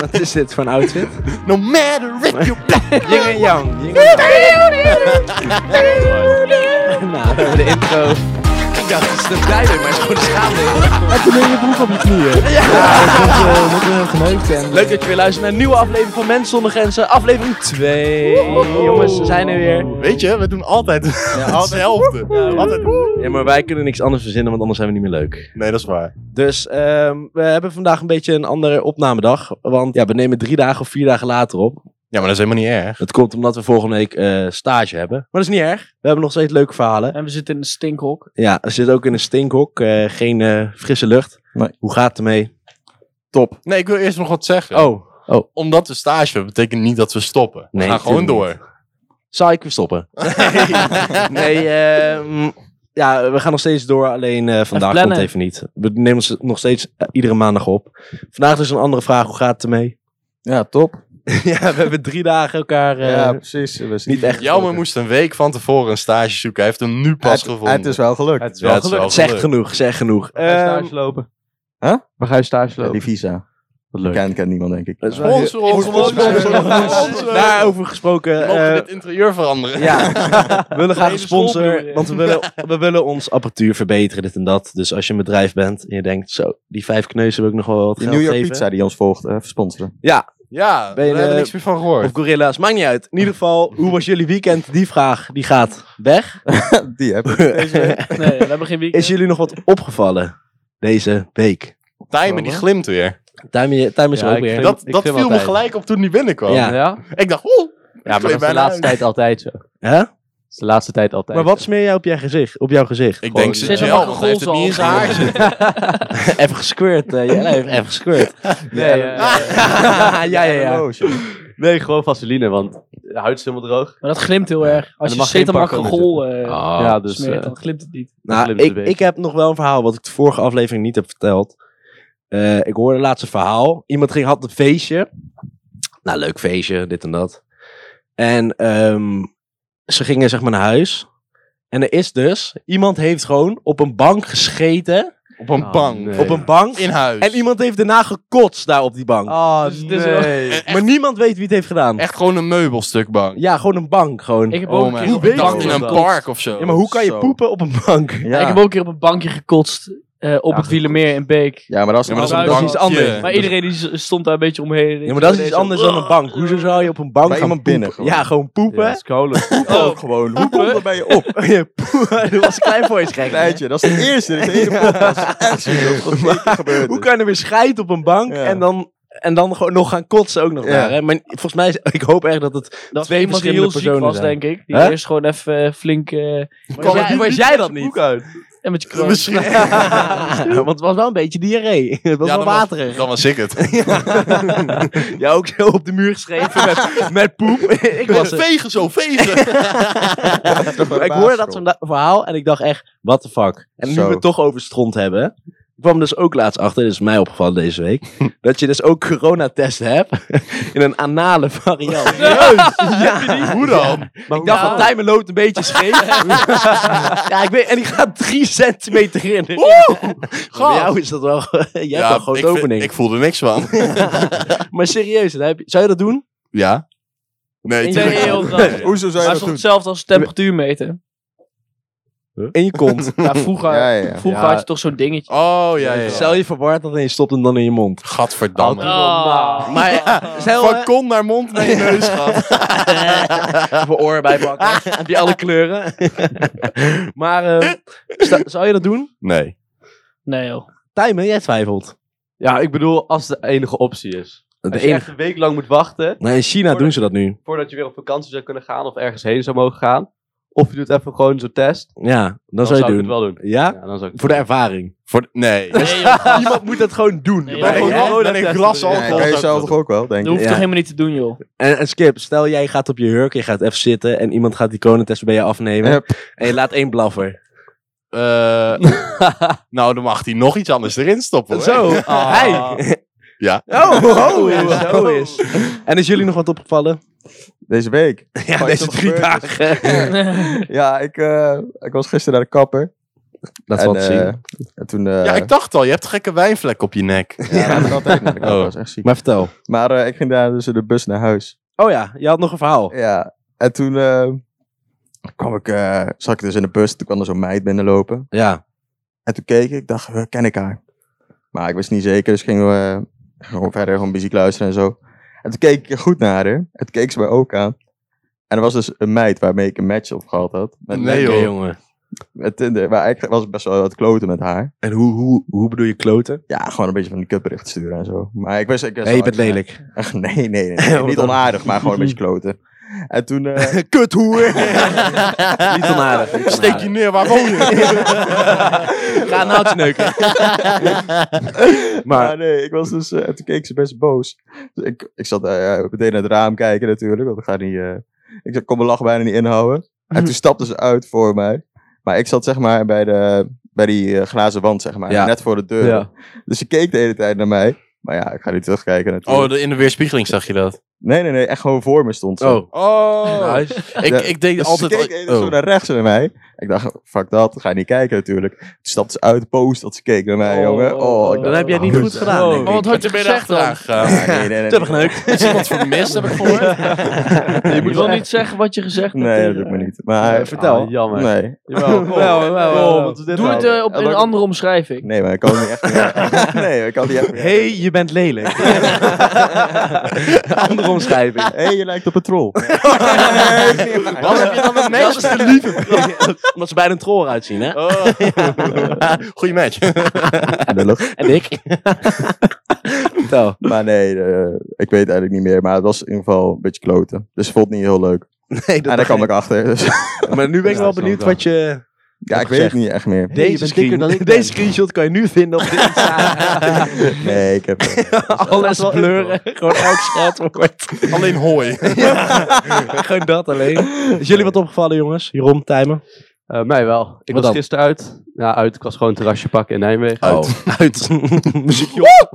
Wat is dit voor een outfit? No matter if you're black. Jing en Yang. Jing en Nou, we hebben de intro. Ik dacht, het is de duidelijk, maar het is gewoon schaamde. Heb je je broek op je knieën? Ja, dat wordt heel geneukt. En, Leuk dat je weer luistert naar een nieuwe aflevering van Mens zonder Grenzen. Aflevering 2. Jongens, we zijn er weer. Weet je, we doen altijd hetzelfde. Altijd. Ja, maar wij kunnen niks anders verzinnen, want anders zijn we niet meer leuk. Nee, dat is waar. Dus ehm, we hebben vandaag een beetje een andere opnamedag. Want ja, we nemen drie dagen of vier dagen later op. Ja, maar dat is helemaal niet erg. Dat komt omdat we volgende week eh, stage hebben. Maar dat is niet erg. We hebben nog steeds leuke verhalen. en we zitten in een stinkhok. Ja, we zitten ook in een stinkhok. eh, geen eh, frisse lucht. Nee. Hoe gaat het ermee? Top. Nee, ik wil eerst nog wat zeggen. Oh, Omdat we stage hebben, betekent niet dat we stoppen. We Nee, gaan gewoon tuurlijk door. zou ik weer stoppen? nee, ehm, ja, we gaan nog steeds door. Alleen eh, vandaag komt plannen. het even niet. We nemen ons nog steeds eh, iedere maandag op. Vandaag dus een andere vraag. Hoe gaat het ermee? Ja, top. ja, we hebben drie dagen elkaar... eh, ja, precies. We zijn- niet echt Jammer moest een week van tevoren een stage zoeken. Hij heeft hem nu pas het, gevonden. Het is dus wel gelukt. Het is Ja, wel het is gelukt. wel Zeg gelukt. genoeg, zeg genoeg. We gaan Ehm, stage lopen. Huh? We gaan stage Ja, die lopen. visa. Wat leuk. Kent, kent niemand, denk ik. dat is wel heel- Sponsor ons. Sponsor ons. Sponsor ons. Daarover gesproken. Mogen Nou, we eh, dit interieur veranderen? ja, we willen graag een hele school sponsor, bloeien. want we willen, we willen ons apparatuur verbeteren, dit en dat. Dus als je een bedrijf bent en je denkt, zo, die vijf kneuzen wil ik nog wel wat Die geld New York geven. Pizza die ons volgt, eh sponsoren. Ja, Ben je, daar hebben eh, we niks meer van gehoord. Of gorilla's, maakt niet uit. In ieder geval, hoe was jullie weekend? Die vraag, die gaat weg. die heb ik. Nee, we hebben geen weekend. Is jullie nog wat opgevallen deze week? Tijmen, die glimt weer. Time, time is Ja, er ook ik weer. vind- Dat, klim dat viel me altijd. gelijk op toen die binnenkwam. Ja. Ja? Ik dacht, oeh. Ja, maar dat Twee is de bijna laatste uit. tijd altijd zo. Dat Hè? is de laatste tijd altijd Maar wat smeer jij op, jij gezicht, op jouw gezicht? Ik Gewoon, denk ze Zit er wel, maar want hij heeft het niet in zijn gegolzen haar zitten. even gesquirt. eh, Jelle heeft even gesquirt. Nee, ja, ja, ja. Oh, shit. Nee, gewoon vaseline, want de huid is helemaal droog. Maar dat glimt heel erg. Als er je mag geen zit maar pak onder gegol eh, ja, Ah. dus smeert, eh, dan glimt het niet. Nou, glimt een ik, beetje. ik heb nog wel een verhaal wat ik de vorige aflevering niet heb verteld. Eh, ik hoorde laatst een verhaal. Iemand ging, had een feestje. Nou, leuk feestje, dit en dat. En ehm, ze gingen zeg maar naar huis. En er is dus, iemand heeft gewoon op een bank gescheten. Op een Oh, Ah, bank. nee. Op een bank. In huis. Oh. En iemand heeft daarna gekotst daar op die bank. Ah, Dus het is wel- nee. maar niemand weet wie het heeft gedaan. Echt gewoon een meubelstuk bank. Ja, gewoon een bank. Gewoon. Ik heb Oh ook man, een keer op ik een dacht bankje in een gekotst. park of zo. Ja, maar hoe kan je Zo. poepen op een bank? Ik heb Ja. ook een keer op een bankje gekotst eh, op het Wielermeer in Beek. ja, maar dat is Ja, maar dat is Maar een dat is iets bankje. anders. Maar iedereen die s- stond daar een beetje omheen. Ja, maar dat is iets anders dan een bank. Hoezo zou je op een bank Bij gaan iemand binnen poepen? gewoon. Ja, gewoon poepen. Ja, scholus. ook gewoon. Hoe komt dat bij je op? Ja, poe- Oh, dat was klein voor je gek. Kleintje, dat is de eerste. Dit is de hele podcast. Echt serieus, wat zeker gebeurd Hoe is. kan er weer scheiden op een bank Ja. en dan... En dan gewoon nog gaan kotsen ook nog Ja. daar. Hè? Maar volgens mij, is- ik hoop echt dat het... Dat Twee twee iemand die heel verschillende ziek was, personen zijn. denk ik. Die Hè? eerst gewoon even eh, flink... eh Kan jij- het maar niet- jij dat niet? Broek uit. en met je kroon. Misschien. Want het was wel een beetje diarree. Het was Ja, wel dan was- waterig. Dan was ik het. Ja, ook zo op de muur geschreven met, met poep. ik was het. Vegen zo, vegen. Ik hoorde dat verda- verhaal en ik dacht echt, what the fuck. En nu Zo. we het toch over stront hebben... Ik kwam dus ook laatst achter, dit is mij opgevallen deze week... dat je dus ook coronatest hebt in een anale variant. Hoe dan? ik dacht van, Tijmen loopt een beetje scheef. ja, ik weet, en die gaat drie centimeter in. Voor jou is dat wel... Jij hebt wel gewoon ik, de vind- opening. ik voel er niks van. Maar serieus, dan heb je- zou je dat doen? Ja? Nee, Nee, tuurlijk niet. heel grappig. Hoezo Maar zou het je is dat toch doen? hetzelfde als temperatuur meten? In je kont. Ja, vroeger, Ja, ja, ja. vroeger Ja. had je toch zo'n dingetje. Oh, ja, ja, ja. Stel je verward dat en je stopt hem dan in je mond. Gadverdamme. Ah. Maar stel, Van kont naar mond naar je neus gaat. even oren bijpakken. heb je alle kleuren? maar eh, sta- zou je dat doen? Nee. Nee joh. Tijmen, jij twijfelt. Ja, ik bedoel, als de enige optie is. Het Als je echt enige- een week lang moet wachten, Nee, in China doen ze dat nu. voordat je weer op vakantie zou kunnen gaan of ergens heen zou mogen gaan. Of je doet even gewoon zo'n test. Ja, dan, Dan zou je ik doen. het wel doen. Ja? Ja, dan zou ik Voor de ervaring. Voor, nee. Nee joh. Iemand moet dat gewoon doen. Nee, Maar Ja, gewoon ja. Oh, met een glas Ja, alcohol. kan je zou zelf ik toch dat ook wel, Dat denk ik. hoef je Ja. toch helemaal niet te doen joh. En, en Skip, stel jij gaat op je hurk, je gaat even zitten en iemand gaat die coronatest bij je afnemen. Hup. En je laat één blaffer. doen. Eh, nou, dan mag hij nog iets anders erin stoppen. hoor. Zo, Ah. hij. Ja. Oh, oh, Ja, zo is. En is jullie nog wat opgevallen? Deze week. Ja, deze drie dagen. Ja, ik, eh, ik was gisteren naar de kapper. Dat is En, wat eh, zien. en toen... eh, Ja, ik dacht al, je hebt gekke wijnvlek op je nek. ja, dat had ik altijd. Dat Oh. was echt ziek. Maar vertel. Maar eh, ik ging daar dus in de bus naar huis. Oh ja, je had nog een verhaal. Ja, en toen eh, kwam ik, eh, zat ik dus in de bus. Toen kwam er zo'n meid binnenlopen. Ja. En toen keek ik, ik dacht, eh, ken ik haar? Maar ik wist niet zeker, dus gingen we eh, gewoon verder gewoon muziek luisteren en zo. En toen keek ik goed naar haar. En toen keek ze mij ook aan. En er was dus een meid waarmee ik een match op gehad had. Met, Nee, Lekker, joh. jongen. met Tinder. Maar ik was best wel wat kloten met haar. En hoe, hoe, hoe bedoel je kloten? Ja, gewoon een beetje van die kutbericht sturen en zo. Maar ik wist... Ik wist Nee, je wel- bent lelijk. Ach, nee, nee, nee, nee. Wat niet dan? onaardig, maar gewoon een beetje kloten. En toen... eh, Kuthoer! Niet onaardig. niet Steek onaardig. je neer, waar woon je? Ga een naaldje neuken. Maar maar nee, ik was dus... eh, en toen keek ze best boos. Dus ik, ik zat eh, ja, meteen naar het raam kijken natuurlijk, want ik ga niet... eh, ik kon mijn lach bijna niet inhouden. En toen stapte ze uit voor mij. Maar ik zat zeg maar bij, de, bij die eh, glazen wand, zeg maar. Ja. Net voor de deur. Ja. Dus ze keek de hele tijd naar mij. Maar ja, ik ga niet terugkijken natuurlijk. Oh, de- in de weerspiegeling zag je dat. Nee, nee, nee. Echt gewoon voor me stond ze. Oh, Oh, nice. ik, Ja. ik deed Dus altijd... ze keek even oh. zo naar rechts naar mij. Ik dacht, fuck dat, ga je niet kijken natuurlijk. Toen stapte ze uit de post dat ze keek naar mij, Oh, jongen. Oh, ik dan Dat heb jij niet goed gedaan. Oh. denk Maar ik. wat had je binnen achteraan gegaan? dacht, nee, nee, nee. Te hebben geneukt. Is iemand vermist, heb ik gehoord? Je moet wel niet zeggen wat je gezegd hebt. Nee, dat doe tegen- ik me niet. Maar, Eh, vertel. Oh. Ah, jammer. nee. Jawel, kom. Wel, wel, Oh, wel. Kom, wat is dit Doe nou? het, eh, op een andere omschrijving. Nee, maar ik kan het niet echt Nee, ik kan het niet echt hey, je bent lelijk. Andere omschrijving. Hé, hey, je lijkt op een troll. Wat heb je dan met meisjes te Omdat ze bijna een troll uitzien, hè? Goeie match. Lullig. En ik. Vertel. Maar nee, eh, ik weet eigenlijk niet meer. Maar het was in ieder geval een beetje kloten. Dus ik vond het niet heel leuk. Nee, en daar kwam ik achter. Dus, Maar nu ben ik wel benieuwd wat je... ja, Nog ik weet gezegd. het niet echt meer. Hey, je Deze, bent dikker dan ik screen, ben. deze screenshot kan je nu vinden op de Insta. Nee, ik heb... Alles bleuren. Gewoon elk scheldwoord. Alleen hooi. Gewoon dat alleen. Is jullie wat opgevallen, jongens? Jeroen, Tijmen? Eh, mij wel. Ik Wat was dan? gisteren uit. Ja, uit. Ik was gewoon een terrasje pakken in Nijmegen. Oh, Uit. Uit. Muziekje op.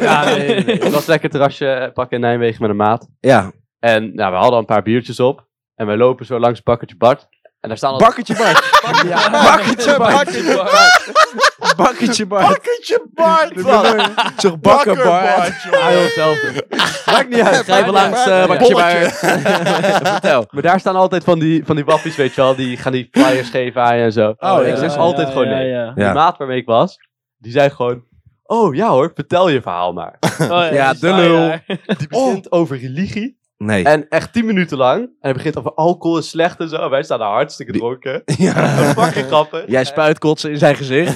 Ja, nee, nee, nee. Ik was lekker terrasje pakken in Nijmegen met een maat. Ja. En nou, we hadden al een paar biertjes op. En wij lopen zo langs Bakkertje Bart. En daar staan al... Bakkertje Bart. Ja, Bakkertje Bart. Bakkertje Bart. Bakkertje Bart. Kutje baard, man. Zeg bakker Bart. Ah, joh, hetzelfde. Maakt niet uit. Ga even Maakt langs, niet uit. eh, Bakkertje Bolletje. Bart. Vertel. Maar daar staan altijd van die, van die wappies, weet je wel. Die gaan die flyers geven aan je en zo. Oh, ik ja, zeg ja, altijd gewoon nee. Ja, Ja. Die maat waarmee ik was, die zei gewoon... Oh ja hoor, vertel je verhaal maar. Oh, Ja, die de sta je lul. daar. Die begint Oh. over religie. Nee. En echt 10 minuten lang. En hij begint over alcohol is slecht en zo. En wij staan daar hartstikke dronken. Ja. Dat is fucking grappig. Jij spuit kotsen in zijn gezicht.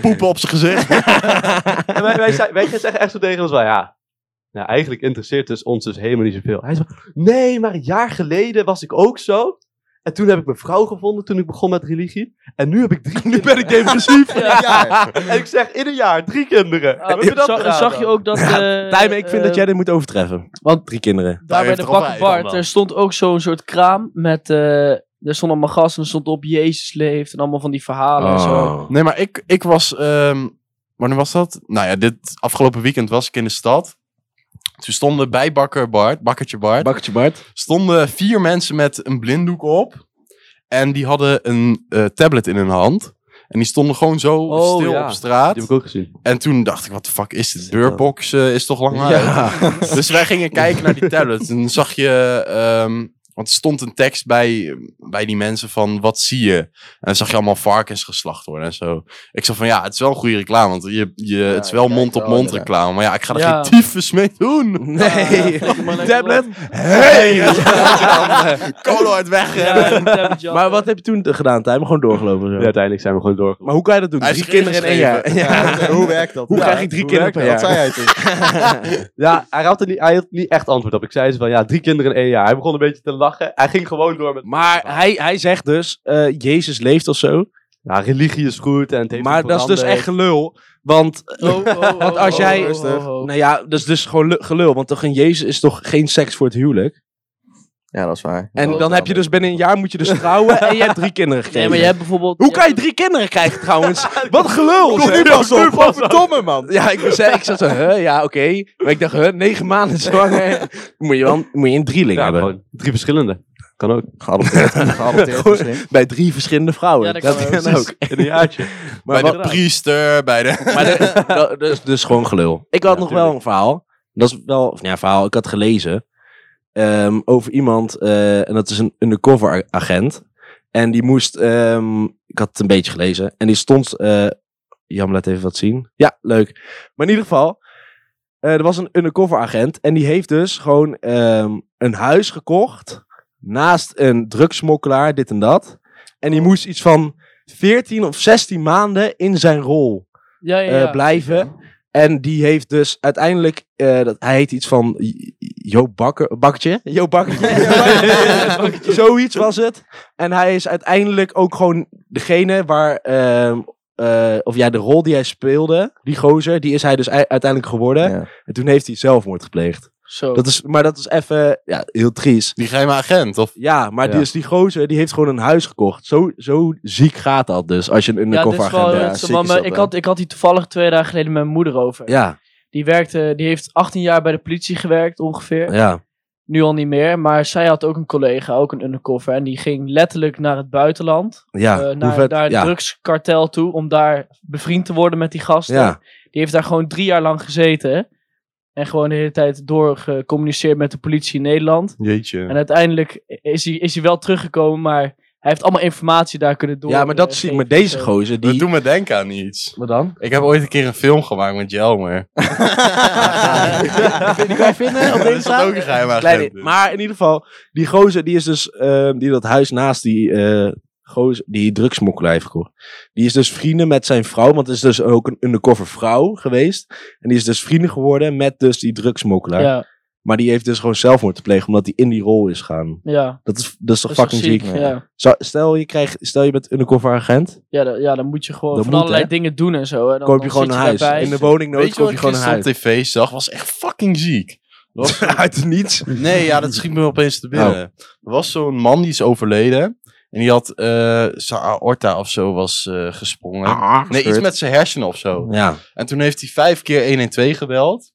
Poepen op zijn gezicht. En wij, wij, zei- wij zeggen echt zo tegen ons wel, ja. Nou, eigenlijk interesseert dus ons dus helemaal niet zoveel. Hij zei, nee, maar een jaar geleden was ik ook zo. En toen heb ik mijn vrouw gevonden toen ik begon met religie. En nu heb ik drie Nu ben ik depressief. En ik zeg, in een jaar drie kinderen. Ah, Heb je dat zag, gedaan zag dan? je ook dat... eh, Tijmen, ik vind eh, dat jij dit moet overtreffen. Want Drie kinderen. daar bij heeft de er al bakken vijf Bart, dan. er stond ook zo'n soort kraam met... eh, er stond allemaal gas en er stond op Jezus leeft en allemaal van die verhalen Oh. en zo. Nee, maar ik, ik was... ehm, wanneer was dat? Nou ja, dit afgelopen weekend was ik in de stad. Toen stonden bij bakker Bart, bakkertje Bart, Bakkertje Bart. stonden vier mensen met een blinddoek op. En die hadden een eh, tablet in hun hand. En die stonden gewoon zo Oh, stil ja. op straat. Die heb ik ook gezien. En toen dacht ik, wat de fuck is dit? dat? Deurbox eh, is toch lang uit? Dus wij gingen kijken naar die tablet. En dan zag je... ehm, want er stond een tekst bij, bij die mensen van, wat zie je? En dan zag je allemaal varkens geslacht worden en zo. Ik zei van, ja, het is wel een goede reclame. Want je, je, het is je wel kijkt mond-op-mond wel, inderdaad. reclame. Maar ja, ik ga er Ja. geen tyfus mee doen. Nee. Tablet. Hey! Kolo uit weg. Ja, een tabletje. Maar wat heb je toen gedaan, Tijmen? Gewoon doorgelopen. Ja, Zo. uiteindelijk zijn we gewoon doorgelopen. Maar hoe kan je dat doen? Hij is drie kinderen in één jaar. ingeschreven. Ja. hoe werkt dat? Hoe Ja, krijg ik drie hoe kinderen werkt per dat? jaar? Wat zei hij toen? Ja, hij had, er niet, hij had niet echt antwoord op. Ik zei ze van, ja, drie kinderen in één jaar. Hij begon een beetje te lachen. Hij ging gewoon door met... Maar hij, hij zegt dus, eh, Jezus leeft of zo. Ja, religie is goed en het heeft Maar hem dat is dus echt veranderd. gelul. Want, Oh, oh, oh, want als oh, jij- oh, rustig. oh, oh. nou ja, dat is dus gewoon lu- gelul. Want toch een Jezus is toch geen seks voor het huwelijk? Ja, dat is waar. En Dat dan is heb je dus binnen een jaar moet je dus trouwen en je hebt drie kinderen gekregen. Nee, maar je hebt bijvoorbeeld... Hoe je kan je hebt- drie kinderen krijgen trouwens? Wat gelul! Kom zeg. nu pas op, godverdomme man. Ja, ik, was, ik zat zo, huh, ja, oké. Maar ik dacht, huh, negen maanden zwanger. moet, je wel, moet je een drieling Ja, hebben. gewoon drie verschillende. Kan ook. Geadopteerd, geadopteerd Goed. misschien. Bij drie verschillende vrouwen. Ja, dat kan ook. In een jaartje. Maar bij wat- de priester, bij de... Maar de- dat- dus, dus gewoon gelul. Ik had nog wel een verhaal. Dat is wel, of, nou ja, verhaal, ik had gelezen. ehm, over iemand, eh, en dat is een undercover a- agent. En die moest, ehm, ik had het een beetje gelezen. En die stond, eh Jam laat even wat zien. Ja, leuk. Maar in ieder geval, eh, er was een undercover agent. En die heeft dus gewoon ehm, een huis gekocht. Naast een drugsmokkelaar, dit en dat. En die moest iets van 14 of 16 maanden in zijn rol Ja, ja, eh, ja. blijven. En die heeft dus uiteindelijk, eh, dat, hij heet iets van J- Jo Bakker, Bakkertje? Jo Bakkertje. Zoiets was het. En hij is uiteindelijk ook gewoon degene waar, ehm, eh, of ja, de rol die hij speelde, die gozer, die is hij dus ei- uiteindelijk geworden. Ja. En toen heeft hij zelfmoord gepleegd. Zo. Dat is, maar dat is even, ja, heel triest. Die geheime agent, of... Ja, maar Ja. Die, is die gozer, die heeft gewoon een huis gekocht. Zo, zo ziek gaat dat dus, als je een ja, dit undercover is wel agent ja, bent. het, ziek want is mijn- dat, ik, hè? had, ik had hier toevallig twee dagen geleden met mijn moeder over. Ja, Die, werkte, die heeft 18 jaar bij de politie gewerkt ongeveer. ja. Nu al niet meer. Maar zij had ook een collega, ook een undercover. En die ging letterlijk naar het buitenland. Ja, eh, hoe naar, vet- naar een ja. drugskartel toe. Om daar bevriend te worden met die gasten. Ja. Die heeft daar gewoon drie jaar lang gezeten. En gewoon de hele tijd doorgecommuniceerd met de politie in Nederland. Jeetje. En uiteindelijk is hij, is hij wel teruggekomen. Maar hij heeft allemaal informatie daar kunnen door. ja, maar dat eh, zie ik geven met deze en zo. gozer. Dat Die... doet me denken aan iets. Wat dan? Ik heb ooit een keer een film gemaakt met Jelmer. Die kan je vinden op dat is Insta? toch ook een geheime Kleine- agent. dus? maar in ieder geval, die gozer die is dus, ehm, die dat huis naast die eh gozer, die drugsmokkelaar heeft gekocht. Die is dus vrienden met zijn vrouw, want het is dus ook een undercover vrouw geweest. En die is dus vrienden geworden met dus die drugsmokkelaar. Ja, Maar die heeft dus gewoon zelfmoord gepleegd, omdat hij in die rol is gaan. ja. dus Dat is, dat is toch Dat is toch fucking ziek? Ja. Zou- stel, je krijgt, stel je bent undercover agent, Ja, dan, ja, dan moet je gewoon Dat van moet, allerlei hè? dingen doen en zo. En dan, koop je dan gewoon zit een huis. daarbij. In de woningnood Weet je koop wat je gewoon ik een gisteren op huis. tv zag? was echt fucking ziek. Dat was Uit het niets. Nee, ja, dat schiet me opeens te binnen. Oh. Er was zo'n man die is overleden. En die had eh zijn aorta of zo was eh, gesprongen. Ah, nee, iets met zijn hersenen of zo. Ja. En toen heeft hij vijf keer 112 gebeld.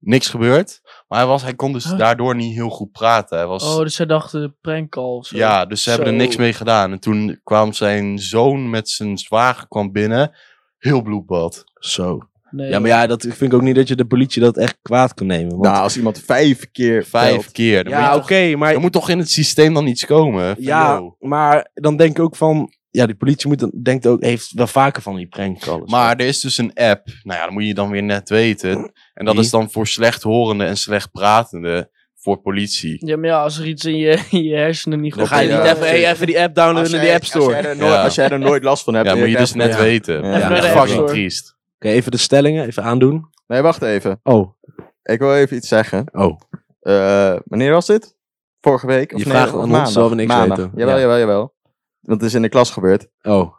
Niks gebeurd. Maar hij, was, hij kon dus Huh? daardoor niet heel goed praten. Hij was, Oh, dus zij dachten de prank call of zo. ja, dus ze hebben er Zo. niks mee gedaan. En toen kwam zijn zoon met zijn zwager kwam binnen. Heel bloedbad. Zo. Nee, Ja, maar ja, dat vind ik ook niet dat je de politie dat echt kwaad kan nemen. want- Nou, als iemand vijf keer Vijf vijf. keer. Dan ja, moet je oké, toch- maar, er moet toch in het systeem dan iets komen. Van, ja, yo. maar dan denk ik ook van... Ja, die politie moet dan, denkt ook, heeft wel vaker van die prankcalls. Maar er is dus een app. Nou ja, dat moet je dan weer net weten. En dat Wie? is dan voor slechthorende en slechtpratende voor politie. Ja, maar ja, als er iets in je, in je hersenen niet dan goed ga je Ja, niet even, natuurlijk. hey, even die app downloaden in de App Store. Als Oké, jij, er nooit, Ja. als jij er nooit last van hebt. Ja, en moet je krijgt dus net ja. weten. Ja. Ja, Even naar echt de app fucking store. triest. even de stellingen, even aandoen. Nee, wacht even. Oh, Ik wil even iets zeggen. oh. Eh, wanneer was dit? Vorige week? Of Je nee, vraagt of aan maandag? ons, terwijl we niks maandag. weten. Jawel, Ja. jawel, jawel. Want het is in de klas gebeurd. Oh.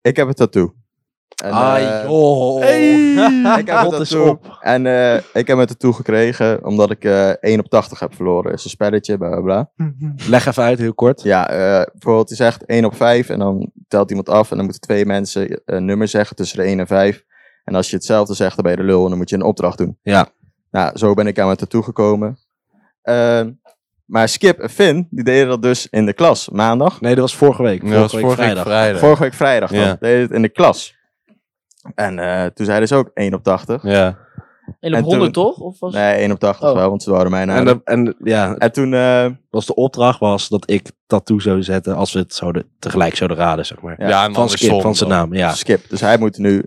Ik heb een tattoo. En, eh, Ai, Ah, joh. Ik heb een Rot is tattoo. op. En eh, ik heb een tattoo gekregen omdat ik eh 1 op 80 heb verloren. Is een spelletje, bla bla bla. Leg even uit, heel kort. Ja, eh, bijvoorbeeld je zegt 1 op 5 en dan telt iemand af en dan moeten twee mensen eh, een nummer zeggen tussen de 1 en 5. En als je hetzelfde zegt, dan ben je de lul en dan moet je een opdracht doen. Ja. Nou, zo ben ik aan mijn tattoo gekomen. Ehm, maar Skip en Finn, die deden dat dus in de klas maandag. Nee, dat was vorige week. Ja, Vorige dat was week vorige week vrijdag. vrijdag. Vorige week vrijdag dan. Ja. Deden het in de klas. En eh, toen zeiden ze ook 1 op 80. Ja. En op En 100 toen- toch? Of was Nee, 1 op 80 Oh. wel, want ze waren mij naar. En, dat- en ja, en toen... eh, was de opdracht was dat ik tattoo zou zetten als we het zouden, tegelijk zouden raden, zeg maar. Ja, Ja, en van andersom Skip, van zijn dan. naam, ja. Skip. Dus hij moet nu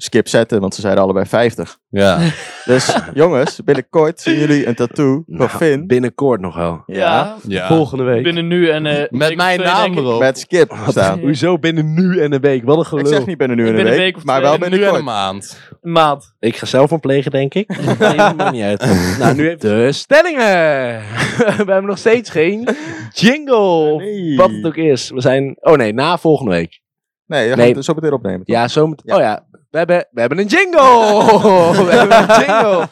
skip zetten, want ze zeiden allebei 50. Ja. Dus jongens, binnenkort zien jullie een tattoo van Nou, Finn. Binnenkort nog wel. Ja. ja. Volgende week. binnen nu en... eh, Met ik mijn twee, denk naam ik. erop. Met skip staan. Ja. Hoezo binnen nu en een week? Wat een gelul. Ik Ik, zeg niet binnen nu en een Binnen week, een week of maar twee. wel Binnen nu en een binnenkort. maand. Maat. ga zelf van plegen, denk ik. nee, maakt niet uit. nou, nu heeft de stellingen. we hebben nog steeds geen jingle. Nee. Wat het ook is. We zijn... Oh nee, na volgende week. Nee, dan gaan Nee. we het zo meteen opnemen. toch? Ja, zo met... Ja. Oh ja, we hebben, we hebben een jingle. we hebben een jingle.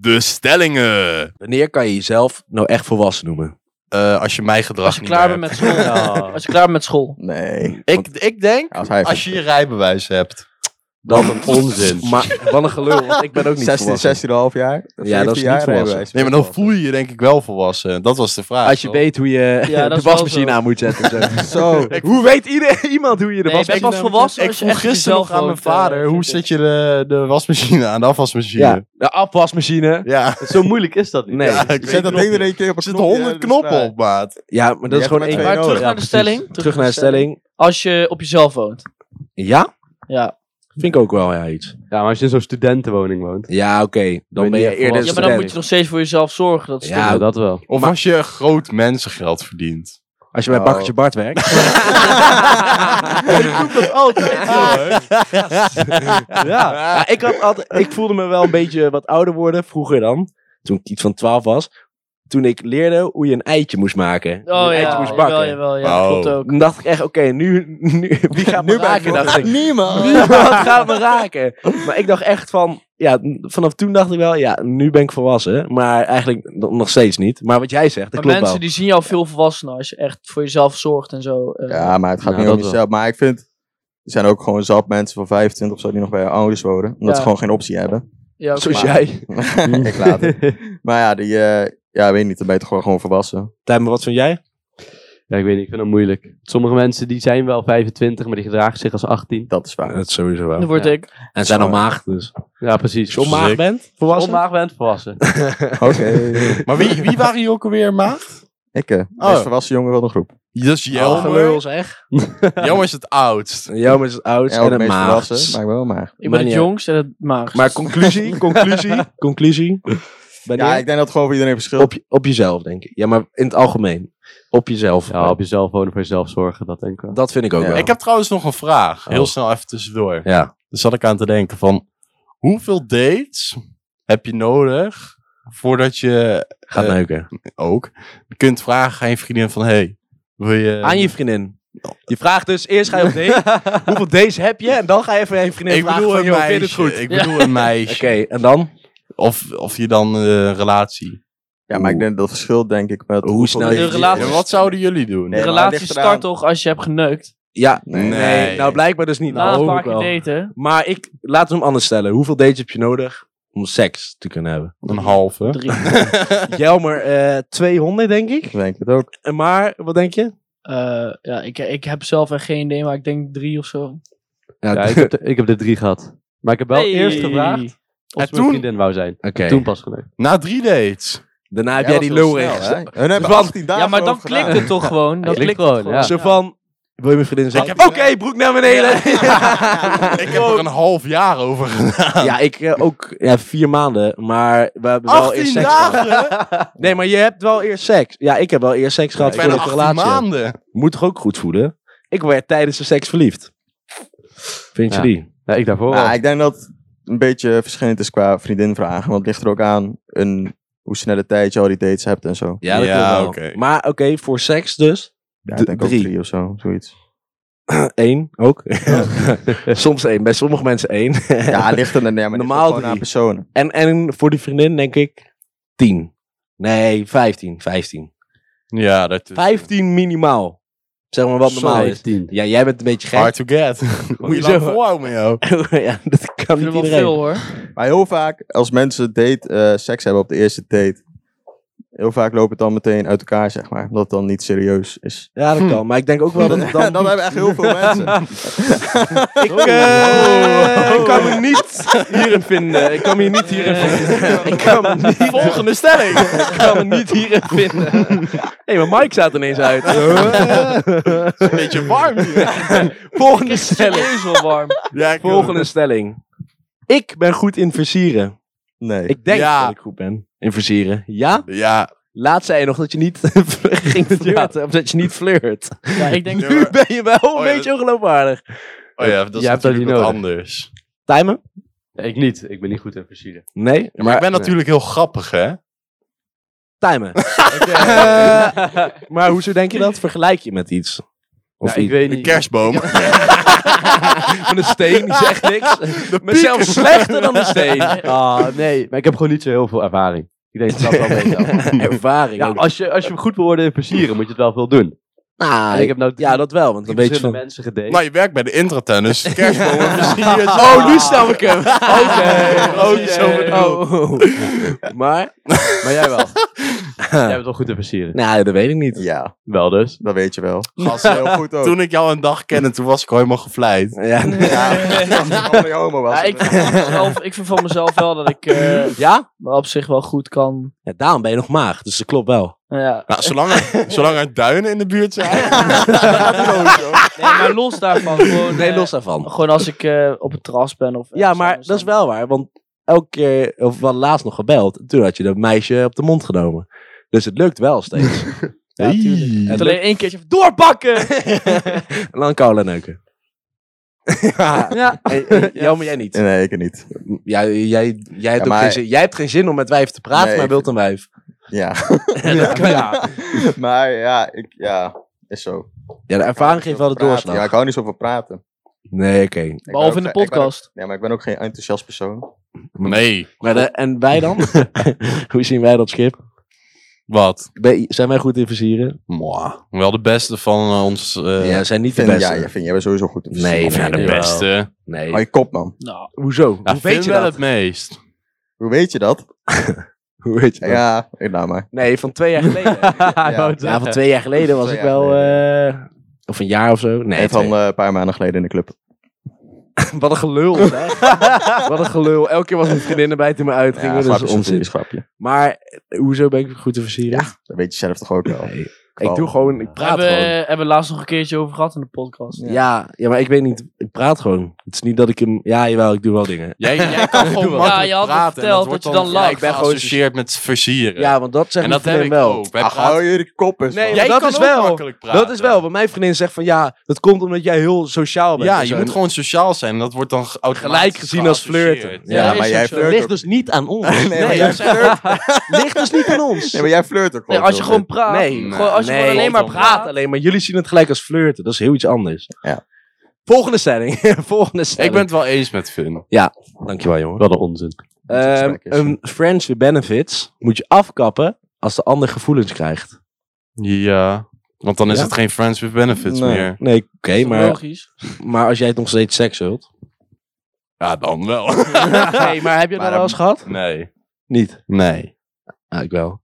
De stellingen. Wanneer kan je jezelf nou echt volwassen noemen? Eh, als je mijn gedrag Als je niet klaar meer bent met school. Als je klaar bent met school. Nee. hebt. Ik, ik denk, Als hij als je je rijbewijs hebt. Dat een onzin. Maar wat een gelul, want ik ben ook niet 16, volwassen. 16,5 jaar? Ja, dat is niet 17 jaar hebben volwassen. wij. Nee, maar dan voel je je denk ik wel volwassen. Dat was de vraag. Als je toch? weet hoe je Ja, dat de is wel wasmachine zo. aan moet zetten. zo. Zo. hoe weet ieder, iemand hoe je de Nee, wasmachine... ik ben pas volwassen Ik als je vroeg echt gisteren nog jezelf aan mijn gewoon, eh, vader, hoe vindt. zet je de, de wasmachine aan, de afwasmachine? Ja, de afwasmachine. Ja, Zo moeilijk is dat niet. Nee. ja, ik Zet dat ding er een dus, eh, keer op Er het zitten honderd knoppen op, maat. Ja, maar Je dat is hebt gewoon er één... maar Maar nodig. terug Ja, naar de precies. stelling. Terug naar de stelling. Als je op jezelf woont. Ja? Ja. Vind ik ook wel, ja, iets. Ja, maar als je in zo'n studentenwoning woont. Ja, oké. Dan Ben ben je je eerder volwassen? Ja, maar dan student. moet je nog steeds voor jezelf zorgen. Dat is Ja, toch- dat wel. Of als je groot mensengeld verdient. Als je bij Oh. Bakkertje Bart werkt. Oh, ja. Ja, ik, had altijd, ik voelde me wel een beetje wat ouder worden, vroeger dan. Toen ik iets van 12 was. Toen ik leerde hoe je een eitje moest maken. Hoe je Oh een eitje ja, moest jawel, bakken. jawel, ja, Oh. klopt ook. Dan dacht ik echt, oké, nu, nu, wie gaat me Nu ben raken? Dacht ik. ik niemand. Niemand gaat me raken. Maar ik dacht echt van, ja, n- vanaf toen dacht ik wel, ja, nu ben ik volwassen. Maar eigenlijk n- nog steeds niet. Maar wat jij zegt, dat Maar klopt mensen wel. die zien jou veel volwassener als je echt voor jezelf zorgt en zo. eh. Ja, maar het gaat Nou, niet om dat wel. jezelf. Maar ik vind, er zijn ook gewoon zat mensen van 25 of zo die nog bij hun ouders wonen. Omdat Ja. ze gewoon geen optie hebben. ja, oké. Zoals Maar- jij. ik laat het. Maar ja, die, eh, ja, weet niet, dan ben je toch gewoon, gewoon volwassen. Tijmen, wat vind jij? Ja, ik weet niet, ik vind dat moeilijk. Sommige mensen die zijn wel 25, maar die gedragen zich als 18. Dat is waar. Dat sowieso Dan wel. word Ja. ik. En zijn al maag, dus. Ja, precies. Als je onmaag Zeker. bent, volwassen. Onmaag bent volwassen. Oké. Maar wie, wie waren jullie ook alweer, maat? Ik, eh, Oh. meest volwassen jongen van de groep. Dat is Jelmer. Ah, gelul zeg. Jelmer is het oudst. Jammer is het oud Ja, ook en het meest maag. volwassen, maar wel maar. Ik Maar ben het niet jongst en het maagst. Maar conclusie, conclusie, conclusie. Ben Ja, jij- ik denk dat het gewoon voor iedereen verschilt. op, je- op jezelf, denk ik. Ja, maar in het algemeen. Op jezelf. Ja, op jezelf wonen, voor jezelf zorgen, dat denk ik wel. Dat vind ik ook Ja. wel. Ik heb trouwens nog een vraag. Heel Oh. snel even tussendoor. Ja. Dus zat ik aan te denken van... Hoeveel dates heb je nodig voordat je Gaat Eh, neuken. ook kunt vragen aan je vriendin van... Hey, wil je... Aan je vriendin. Je vraagt dus, eerst ga je op date. hoeveel days heb je? En dan ga je even aan je vriendin ik vragen bedoel van, een joh, vind je dit meisje. goed? Ik bedoel een meisje. Oké, en dan? Of, of je dan eh, een relatie. Ja, maar ik denk dat het verschilt denk ik met... Hoe snel je- De relatie- dus- Ja, wat zouden jullie doen? De Nee, maar het relatie ligt eraan. start toch als je hebt geneukt. Ja, Nee. nee. Nee. Nou, blijkbaar dus niet. Na Nou, een hoop paar ik wel. keer daten. Maar ik, laten we hem anders stellen. Hoeveel dates heb je nodig om seks te kunnen hebben? Een halve. Drie. Jelmer, eh 200 denk ik. Ik denk het ook. En Maar, wat denk je? Eh, ja, ik, ik heb zelf echt geen idee, maar ik denk drie of zo. Ja, ik, heb de- ik heb de drie gehad. Maar ik heb wel Hey. eerst gevraagd of En ze mijn toen- vriendin wou zijn. Oké. Toen pas genoeg. Na drie dates. Daarna heb jij die lul ingesteld. Hun hebben want- 18 dagen Ja, maar dan erover gedaan. klikt het toch gewoon. Dat klikt klikt het gewoon, gewoon. ja. Zo van, wil je mijn vriendin zijn? Ik Oké, heb- broek naar beneden. Ik heb er een half jaar over gedaan. Ja, ik eh, ook ja, vier maanden, maar we hebben wel eerst seks gehad. Nee, maar je hebt wel eerst seks. Ja, ik heb wel eerst seks gehad voor Bijna ik een 18 relatie had. maanden. Moet toch ook goed voelen? Ik werd tijdens de seks verliefd. Vind je Ja. die? Ja, ik Ah, daarvoor wel. Nou, ik denk dat het een beetje verschillend is qua vriendin vragen. Want het ligt er ook aan een, hoe snel de tijd je al die dates hebt en zo. Ja, dat Ja, klopt wel. oké. Maar oké, voor seks dus. Ja, D- ik denk ook drie. drie of zo, zoiets. Eén ook. Soms één. Bij sommige mensen één. Ja, het ligt er nee, maar Normaal normaal gewoon drie. aan personen. En, en voor die vriendin denk ik tien. Nee, vijftien. Vijftien. Ja, dat is... Vijftien minimaal. Zeg maar wat normaal is. Tien. Ja, jij bent een beetje gek. Hard to get. Moet je Hoezo? lang volhouden met jou. ja, dat kan Ik niet vind het wel iedereen. veel hoor. Maar heel vaak, als mensen date, eh, seks hebben op de eerste date, heel vaak loopt het dan meteen uit elkaar, zeg maar. Omdat het dan niet serieus is. Ja, dat kan. Maar ik denk ook wel dat het dan... Dan hebben echt heel veel mensen. ik Oh. eh, ik kan me niet hierin vinden. Ik kan me hier niet hierin vinden. Ik kan me niet... Volgende stelling. ik kan me niet hierin vinden. Hé, maar Mike staat ineens uit. Een beetje warm hier. Volgende Het stelling. is wel warm. Ja, ik- Volgende stelling. Ik ben goed in versieren. Nee. Ik denk Ja. dat ik goed ben in versieren. Ja? Ja, Laatst zei je nog dat je niet ging flirten. Of dat je niet flirt. Ja, ik denk Ja, Nu maar- ben je wel een Oh ja, beetje ongeloofwaardig. oh ja, dat is Jij hebt dat natuurlijk niet wat nodig. anders. Timen? Nee, ik niet. Ik ben niet goed in versieren. Nee. Ja, maar ik ben natuurlijk heel grappig, hè? timen. Eh, maar hoezo denk je dat? Vergelijk je met iets? Of Ja, ik iets? weet Een niet. kerstboom. Met een steen, die zegt niks. Maar zelfs slechter dan een steen. Ah, nee, maar ik heb gewoon niet zo heel veel ervaring. Ik denk dat dat wel mee zou. Ervaring. Ja, ook. als je, als je hem goed wil worden in versieren, moet je het wel veel doen. Nou, En ik heb nou drie, ja, dat wel, want drie dan weet je verschillende van... mensen gedate. Nou, je werkt bij de Intratuin, dus kerstbomen misschien... Oh, nu snap ik hem! Oké, Oh, die is zo bedoeld. Oh. Maar? Maar jij wel? Jij bent wel goed te versieren. Nou, dat weet ik niet. Ja, Wel dus. dat weet je wel. Gast, Heel goed ook. Toen ik jou een dag kende, toen was ik al helemaal gevleid. Ja? Ja, als ik homo was. Ja, ik, vind van mezelf, ik vind van mezelf wel dat ik eh, ja? wel op zich wel goed kan. Ja, daarom ben je nog maag, dus dat klopt wel. Nou ja. Nou, zolang er, zolang er duinen in de buurt zijn... Nee, maar los daarvan. Gewoon, Nee, eh, los daarvan. Gewoon als ik eh, op het terras ben of. Ja, ergens maar anders dat is dan- wel waar, want elke keer, of wel laatst nog gebeld, toen had je dat meisje op de mond genomen. Dus het lukt wel steeds. Ja, tuurlijk. Het Het lukt. alleen één keertje van doorpakken! en dan cola neuken. ja. ja. Hey, hey, Jammer, jij niet. Nee, ik niet. Jij, jij, jij, hebt Ja, ook maar- geen zin, jij hebt geen zin om met wijven te praten, Nee, maar ik- wilt een wijf. Ja. ja. Ja. Maar ja, ik, ja, is zo. de ervaring geeft wel de Praten. doorslag. Ja, ik hou niet zoveel praten. Nee, oké. Ik Behalve in ben de ook- ik ben ook- podcast. Ja, maar ik ben ook geen enthousiast persoon. Nee, Maar de- En wij dan? Hoe zien wij dat schip? wat? Ben- zijn wij goed in versieren? Mwah. Wel de beste van eh, ons... eh, ja, we zijn niet de Vind, beste. ja, je vind jij bent sowieso goed. in Nee, versieren. vind Ja, de Jawel. beste. Nee. Maar je kop, man. Nou, Hoezo? Ja, Hoe weet je wel dat? het meest. Hoe weet je dat? Hoe weet je dat? Ja, ik nou maar. Nee, van twee jaar geleden. Hij wou het ja, van zeggen. twee jaar geleden was Twee ik jaar wel... eh, of een jaar of zo. Nee, En van twee- eh, een paar maanden geleden in de club. eh, Wat een gelul, hè? Wat een gelul. Elke keer was een vriendin erbij toen me uitgingen. dat is onzin. Schrapje. Maar eh, hoezo ben ik goed te versieren? Dat weet je zelf toch ook wel. Nee. Ik Kwal. doe gewoon... Ik praat hebben, gewoon. hebben we laatst nog een keertje over gehad in de podcast. Ja. Ja, ja, maar ik weet niet. Ik praat gewoon. Het is niet dat ik hem... Ja, jawel, ik doe wel dingen. Jij, jij kan gewoon wel. makkelijk Ja, je had het praten en verteld wordt dat je dan lacht. Ik ben Ja, gewoon- geassocieerd met versieren. Ja, want dat zegt en mijn dat heb vriendin ik wel. ook. Wij Ach, praten- hou je de kop eens. Nee, man. dat kan is ook wel- makkelijk Dat is wel, want mijn vriendin zegt van ja, dat komt omdat jij heel sociaal bent. Ja, en je zo. moet gewoon sociaal zijn. en Dat wordt dan automatisch gelijk gezien als flirten. geassocieerd. Ja, Ja, is maar ook jij zo. Het flirt ligt ook. dus niet aan ons. Nee, maar jij flirt- ligt dus niet aan ons. Nee, maar jij flirt ook Nee, wel. als je gewoon praat. Nee, gewoon, als je nee, gewoon alleen maar dan- praat. alleen, maar jullie zien het gelijk als flirten. Dat is heel iets anders. Ja. Volgende stelling. Volgende stelling. Ik ben het wel eens met Fun. Dankjewel, jongen. Wat een onzin. Ehm een friends with benefits moet je afkappen als de ander gevoelens krijgt. Ja. Want dan is Ja? het geen friends with benefits Nee. meer. Nee, oké, Is toch maar, Logisch. maar als jij het nog steeds seks wilt. Ja, dan wel. nee, maar heb je dat Maar wel eens gehad? Nee. Niet. Nee. Ah, ik wel.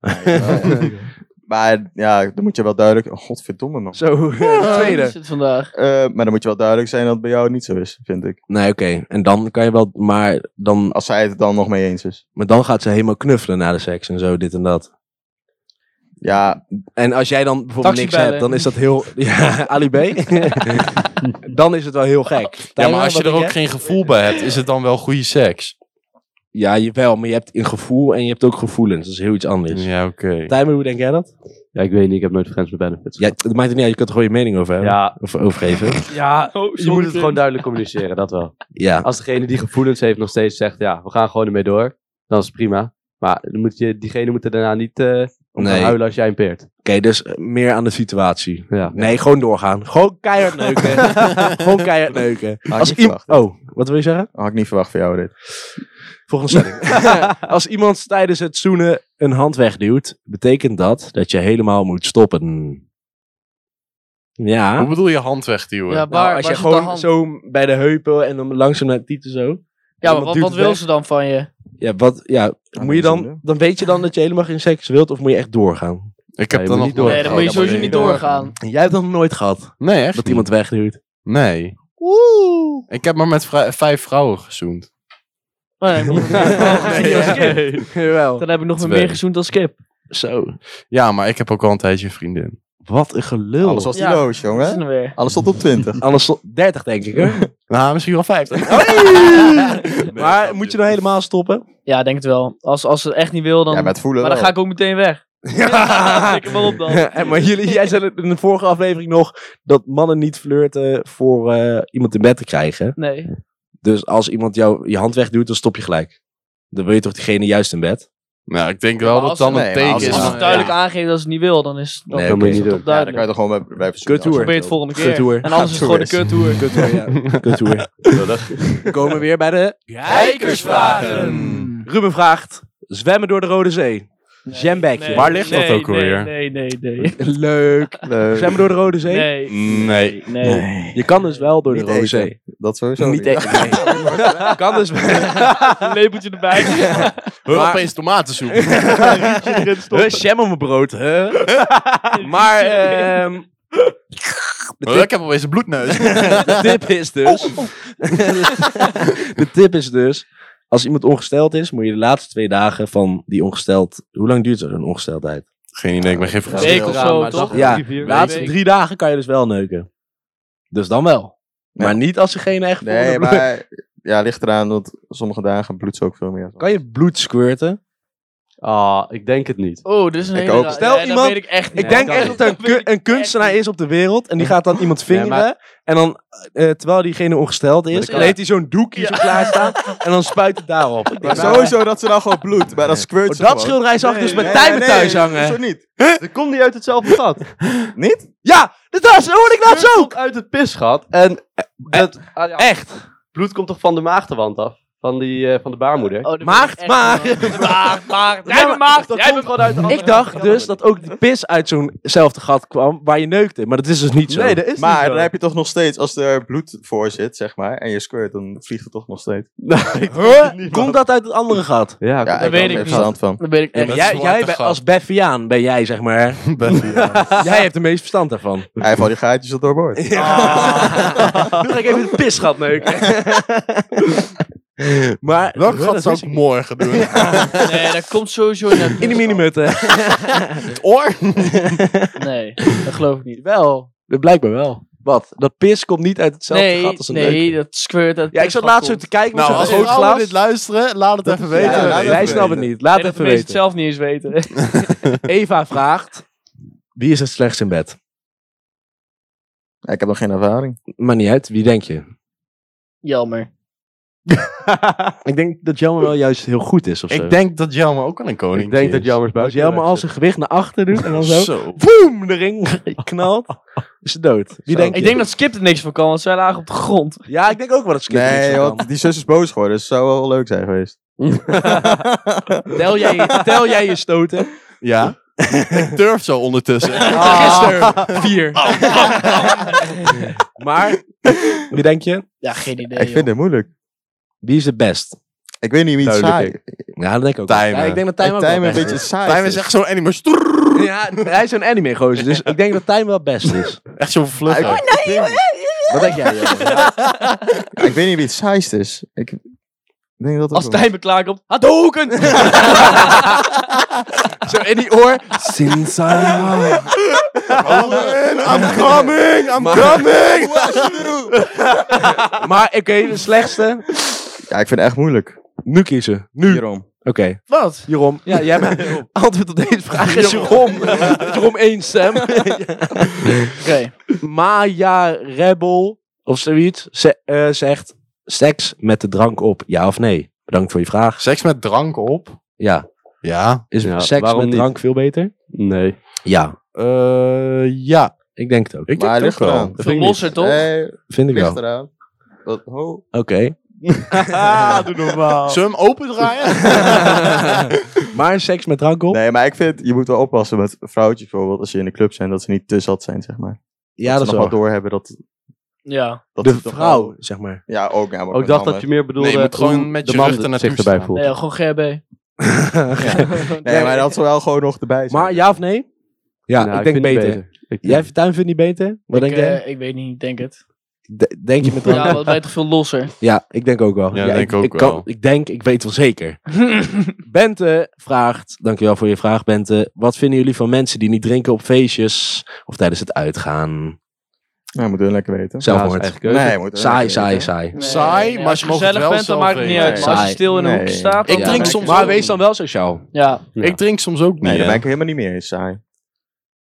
Maar ja, dan moet je wel duidelijk... Oh, godverdomme, man. Zo, eh, Hoe tweede. is het Oh, vandaag? Eh, maar dan moet je wel duidelijk zijn dat het bij jou niet zo is, vind ik. Nee, oké. En dan kan je wel, maar dan, Als zij het dan nog mee eens is. maar dan gaat ze helemaal knuffelen na de seks en zo, dit en dat. Ja, En als jij dan bijvoorbeeld Taxi niks bellen. hebt, dan is dat heel... Ja, Ali B. dan is het wel heel gek. Ja, Tijmen, maar als je wat er denk ook jij? geen gevoel bij hebt, is het dan wel goede seks? Ja, jawel, maar je hebt een gevoel en je hebt ook gevoelens. Dat is heel iets anders. Ja, oké. Tijmen, hoe denk jij dat? Ja, ik weet niet. Ik heb nooit Friends with Benefits. Ja, het maakt het niet uit, je kunt er gewoon je mening over hebben. Ja, Of overgeven. Oh, ja je moet het gewoon duidelijk communiceren, dat wel. Ja. Als degene die gevoelens heeft nog steeds zegt, ja, we gaan gewoon ermee door, dan is het prima. Maar dan moet je, diegene moet er daarna niet eh om gaan Nee. huilen als jij een peert. Oké, dus eh, meer aan de situatie. Ja. Nee, gewoon doorgaan. Gewoon keihard neuken. gewoon keihard neuken. had ik Als niet iem- verwacht. oh, wat wil je zeggen? Had ik niet verwacht van jou dit. Volgende stelling. Als iemand tijdens het zoenen een hand wegduwt, betekent dat dat je helemaal moet stoppen. Ja. Hoe bedoel je hand wegduwen? Ja, Ja, waar, Nou, als waar je zit de gewoon hand? zo bij de heupen en dan langzaam naar de titel zo. ja, maar iemand wat, duwt wat het wil weg. ze dan van je? Ja, wat, ja, Ja, moet je dat is een dan, dan weet je dan dat je helemaal geen seks wilt of moet je echt doorgaan? ik Nee, heb je dan moet nog niet nooit Nee, dan moet je gehad. sowieso niet doorgaan. Jij hebt dat nog nooit gehad, Nee, echt dat iemand wegduwt. Nee. Ik heb maar met vrij- vijf vrouwen gezoend. Nee, dan moet je gewoon Nee, als kip. Jawel. Dan heb ik nog Twee. meer gezoend als kip. Zo. Ja, maar ik heb ook al een tijdje een vriendin. Wat een gelul. Alles was die Ja. loos, Dat is jongen. dan weer. Alles tot op 20. Anders tot 30 denk ik hoor. Nou, misschien wel vijftig. maar moet je nou helemaal stoppen? Ja, denk het wel. Als, als ze het echt niet wil, dan... Ja, met voelen maar dan wel. ga ik ook meteen weg. Klik hem maar op dan. En maar jullie, jij zei het in de vorige aflevering nog dat mannen niet flirten voor eh, iemand in bed te krijgen. Nee. Dus als iemand jou je hand wegduwt, dan stop je gelijk. Dan wil je toch diegene juist in bed? Nou, ik denk wel Maar dat als dan ze- een nee, maar teken als is. ze- Als Ja. ze van- het duidelijk ja. aangeeft dat ze het niet wil, dan is het Nee, dat oké. moet je niet doen. Ja, dan kan je duidelijk. toch gewoon bij, bij Kut hoer. Probeer het volgende keer. Kuttoer. En anders is het gewoon een kuttoer. Kuttoer, ja. Kuttoer. We komen weer bij de... Kijkersvragen. Ruben vraagt, zwemmen door de Rode Zee. Jambagje. Nee, Waar ligt dat nee, ook nee, alweer? Nee, nee, nee. Leuk. Zijn we door de Rode Zee? Nee. Nee. Nee. Je kan dus wel door de Niet Rode eten. Zee. Dat sowieso niet. Je kan dus wel. Een lepeltje erbij. Huh, Maar- opeens tomatensoep. Huh, jam op mijn brood. Huh? maar ehm, Oh, ik heb alweer een bloedneus. de tip is dus... de tip is dus... Als iemand ongesteld is, moet je de laatste twee dagen van die ongesteld... Hoe lang duurt zo'n ongesteldheid? Geen idee, ik ben geen verhaal. Week of zo, toch? Ja, Drie, vier De laatste weken. drie dagen kan je dus wel neuken. Dus dan wel. Maar niet als degene echt... vol met Nee, bloed- maar ja, ligt eraan, want sommige dagen bloedt ze ook veel meer. Kan je bloed squirten? Ah, ik denk het niet. Oh, dit is een Ik hele... ook. ra- Stel dat iemand- weet ik echt niet. ik denk kan echt niet. dat er een, kun- een kunstenaar is op de wereld en die gaat dan iemand Nee, vingeren. maar- En dan, eh, terwijl diegene ongesteld is, kan- dan heeft hij zo'n doekje zo klaarstaan en dan spuit het daarop. Ik Maar denk, sowieso dat ze dan gewoon bloedt, maar dat squirt Oh, ze dat gewoon. schilderij zag ik dus met Nee, Tijmen nee, thuis nee, hangen. Zo niet. Dat komt niet uit hetzelfde gat. Niet? Ja, dat was, dat hoorde ik Het laatst ook. komt uit het pisgat. En het ah, ja, Echt. bloed komt toch van de maagdewand af? Van, die, eh, van de baarmoeder? Oh, dat weet ik Maagd, echt maagd. niet. Maagd, maagd. Ja, Jij bent maar maagd. Dat Jij komt bent gewoon uit de andere Ik dacht kant. dus dat ook die pis uit zo'nzelfde gat kwam waar je neukte. Maar dat is dus niet zo. Nee, dat is Maar dan niet heb je toch nog steeds, als er bloed voor zit, zeg maar, en je squirt, dan vliegt het toch nog steeds. Huh? Komt dat uit het andere gat? zo. Ja, dat weet ik er niet. verstand van. Dat weet ik Ja, echt maar dat niet. jij, is een jij zwarte bent- gat. als Beffiaan ben jij, zeg maar. jij hebt de meeste verstand daarvan. Hij heeft al die gaatjes al doorboord. Ah. Nu ga ik even het pisgat neuken. maar Welk Huh, gat dat zou wist ik morgen doen? Nee, dat komt sowieso net. ik- in de minimutten. Het oor? Nee, dat geloof ik niet. wel. Blijkbaar wel. Wat? Dat pis komt niet uit hetzelfde gat Nee, als een neuken. nee, dat squirt uit Ja, ik zat laatst zo te kijken. met Nou, zo'n als groot Ola dit luisteren, laat het even weten. ja, laat het wij even snappen het weten. niet. Laat dat even de mensen het weten. zelf niet eens weten. Eva vraagt: Wie is het slechts in bed? Ik heb nog geen ervaring. Maar niet uit, wie denk je? Jammer. Ik denk dat Jelmer wel juist heel goed is of zo. Dus, eh, Ik denk dat Jelma ook wel een koning Ik denk dat Jammers als buiten. Jelmer al zijn gewicht naar achter doet en dan zo. Zo. Boem, de ring knalt. Is ze dood. Wie Zo. denk je? Ik denk dat Skip er niks van kan, want zij lagen op de grond. Ja, ik denk ook wel dat Skip Nee, niks aan want die zus is boos geworden, dus het zou wel leuk zijn geweest. kan. Tel jij, tel jij je stoten. Ja. ik durf zo ondertussen. Ah, Gisteren. Vier. maar, wie denk je? Ja, geen idee. ik vind het moeilijk. Wie is het best? Ik weet niet wie het Duidelijk, saai Ja, dat denk ik ook. Tijmen. Ja, ik denk dat Tijmen, Tijmen ook wel een best beetje saai. Tijmen is echt zo'n anime. Stoer. is. Ja, hij is zo'n anime gozer, dus ik denk dat Tijmen wel best is. Echt zo'n vlug. Ik- ik weet niet. Wat denk jij? Jelmer? Ik weet niet wie het saaist is. Ik denk dat het Als wel- Tijmen klaarkomt, Hadouken! Zo in die oor. Sinds I'm coming, I'm coming. Maar oké, de slechtste. Ja, ik vind het echt moeilijk. Nu kiezen. Nu. Oké. Hierom. Wat? Jeroen. Ja, jij bent antwoord op deze vraag is Jeroen. Jeroen 1, Sam. Oké. Maya Rebel of zoiets ze- eh, zegt seks met de drank op. Ja of nee? Bedankt voor je vraag. Seks met drank op. Ja. Ja. Is Ja, seks met waarom niet? drank veel beter? Nee. Ja. Eh, ja. Ik denk het ook. Ik Maar denk ligt het ook wel. eraan. Veel losser, toch? Nee, Vind ik wel. ligt Oké. eraan. Wat, ho. Ah, doe normaal. Zullen we hem opendraaien? maar seks met drank op? Nee, maar ik vind, je moet wel oppassen met vrouwtjes bijvoorbeeld, als je in de club zijn, dat ze niet te zat zijn, zeg maar. ja, dat ze is nog wel. wel doorhebben dat... Ja. dat De ze toch vrouw, wel- zeg maar. Ja, ook. Ja, maar Ook Oh, dacht dat je meer bedoelde Nee, je moet gewoon hoe met de je man rug ernaartoe zich erbij staan. voelt. Nee, gewoon GHB. Nee, maar dat ze wel gewoon nog erbij zijn. Maar ja of nee? Ja, Nou, ik denk vind het beter. Ik Jij, Tuin, vindt niet beter? Wat denk ik, jij? eh, ik weet niet, ik denk het. De- denk je met drank? Ja, Ja, wat ben je toch veel losser? ik denk ook wel. Ja, denk ik, ook ik wel. ik denk, ik weet wel zeker. Bente vraagt, dankjewel voor je vraag Bente. Wat vinden jullie van mensen die niet drinken op feestjes of tijdens het uitgaan? Ja, moeten we lekker weten. Zelfmoord. Nee, moeten we saai, lekker saai, weten. saai. Saai, maar als ze je mogen gezellig het wel bent, dan zelf maakt het niet weten. uit. Maar als je Saai. stil in een Nee. hoekje staat, Ik dan- drink Ja. soms Maar ook wees niet. dan wel sociaal. Ja. Ja. Ik drink soms ook niet. Nee, daar hè. ben ik helemaal niet meer eens saai.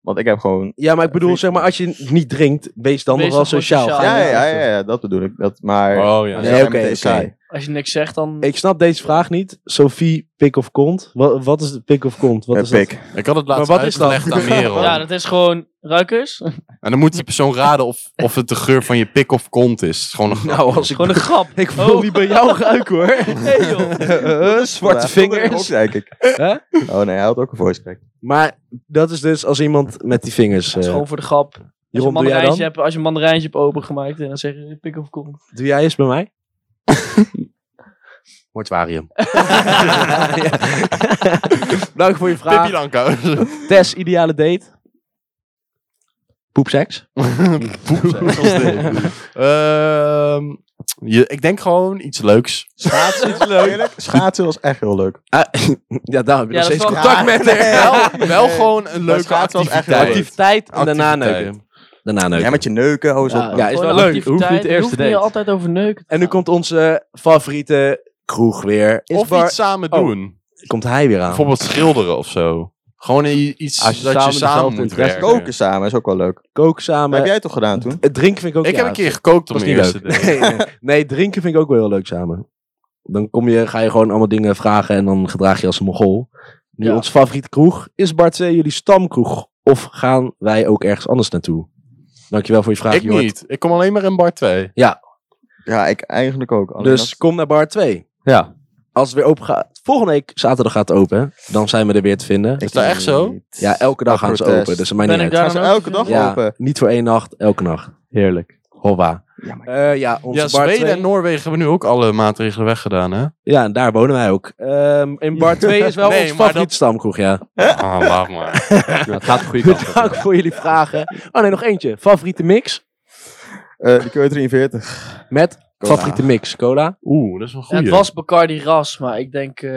Want ik heb gewoon... Ja, maar ik bedoel, zeg maar, als je niet drinkt, wees dan Wees nog wel dan gewoon sociaal. sociaal. Ga Ja, je- ja, ja, ja, dat bedoel ik. Dat, maar... Oh ja. Ja, Nee, ja, oké, meteen oké. saai. Als je niks zegt, dan... Ik snap deze vraag niet. Sophie, pik of kont? Wat, wat is de pik of kont? Wat Eh, is dat? pik. Ik had het laatst Maar wat is dat? uitgelegd aan Merel. Ja, dat is gewoon ruikers. En dan moet die persoon raden of, of het de geur van je pik of kont is. Het is Gewoon een grap. Nou, als ik... gewoon een grap. Ik wil Oh. niet bij jou ruiken hoor. Nee, joh. Eh, zwarte vingers. Kijk ik. Hè? Oh nee, hij had ook een voice crack. Maar dat is dus als iemand met die vingers... Dat is eh, gewoon voor de grap. Als je, een Jeroen, doe jij mandarijntje dan? hebt, als je een mandarijntje hebt opengemaakt, en dan zeg je pik of kom. Doe jij eens bij mij? Mortuarium. Dank voor je Pippi vraag. Lanka. Tess, ideale date? Poepseks? Ehm, je, ik denk gewoon iets leuks. Schaatsen is leuk. Schaatsen was echt heel leuk. ja, daar heb je nog Ja, dat steeds is wel- contact met haar. Wel, wel gewoon een leuke schaatsen was echt activiteit. leuk. Activiteit en daarna Activiteit. neuken. Daarna neuken. Ja, met je neuken. Oh, zo. Ja, ja, is Gewoon wel een leuk. activiteit. Hoeft niet de Je eerste niet date. altijd over neuken. te En nu gaan. komt onze favoriete kroeg weer. Is Of bar- iets samen Oh. doen. Komt hij weer aan. Bijvoorbeeld schilderen of zo. Gewoon i- iets Als je dat samen je samen dezelfde moet interesse- werken. Koken samen is ook wel leuk. Kook Maar samen. heb jij het toch gedaan toen? Het drinken vind ik ook Ik ja, heb een keer gekookt op was mijn niet eerste leuk. date. Nee, nee. nee, drinken vind ik ook wel heel leuk samen. Dan kom je, ga je gewoon allemaal dingen vragen en dan gedraag je als een mogol. Nu Ja. ons favoriete kroeg. Is Bart C. jullie stamkroeg? Of gaan wij ook ergens anders naartoe? Dankjewel voor je vraag, Ik Jort. niet. Ik kom alleen maar in bar 2. Ja, ik eigenlijk ook. Alleen Dus dat- kom naar bar 2. Ja. Als het weer open gaat. Volgende week, zaterdag gaat het open. hè? Dan zijn we er weer te vinden. Ik dat echt zo? niet. Ja, elke dag gaan ze Protest. open. Dus het maakt ben niet ik uit. daar Gaan ze dan ook elke dag gezien? Ja, open? niet voor één nacht, elke nacht. Heerlijk. Hoppa. Ja, maar- Eh, ja, onze Ja, bar Zweden 2. en Noorwegen hebben nu ook alle maatregelen weggedaan, hè? Ja, en daar wonen wij ook. Ehm, in bar 2 is wel Nee, ons maar favoriete dat- stamkroeg, ja. Ah, laat maar. het gaat de goede kant op. Dank voor jullie vragen. Oh nee, nog eentje. Favoriete mix? Eh, de keur 43. Met Cola. favoriete mix, cola. Oeh, dat is een Ja, goeie. het was Bacardi Ras, maar ik denk, eh,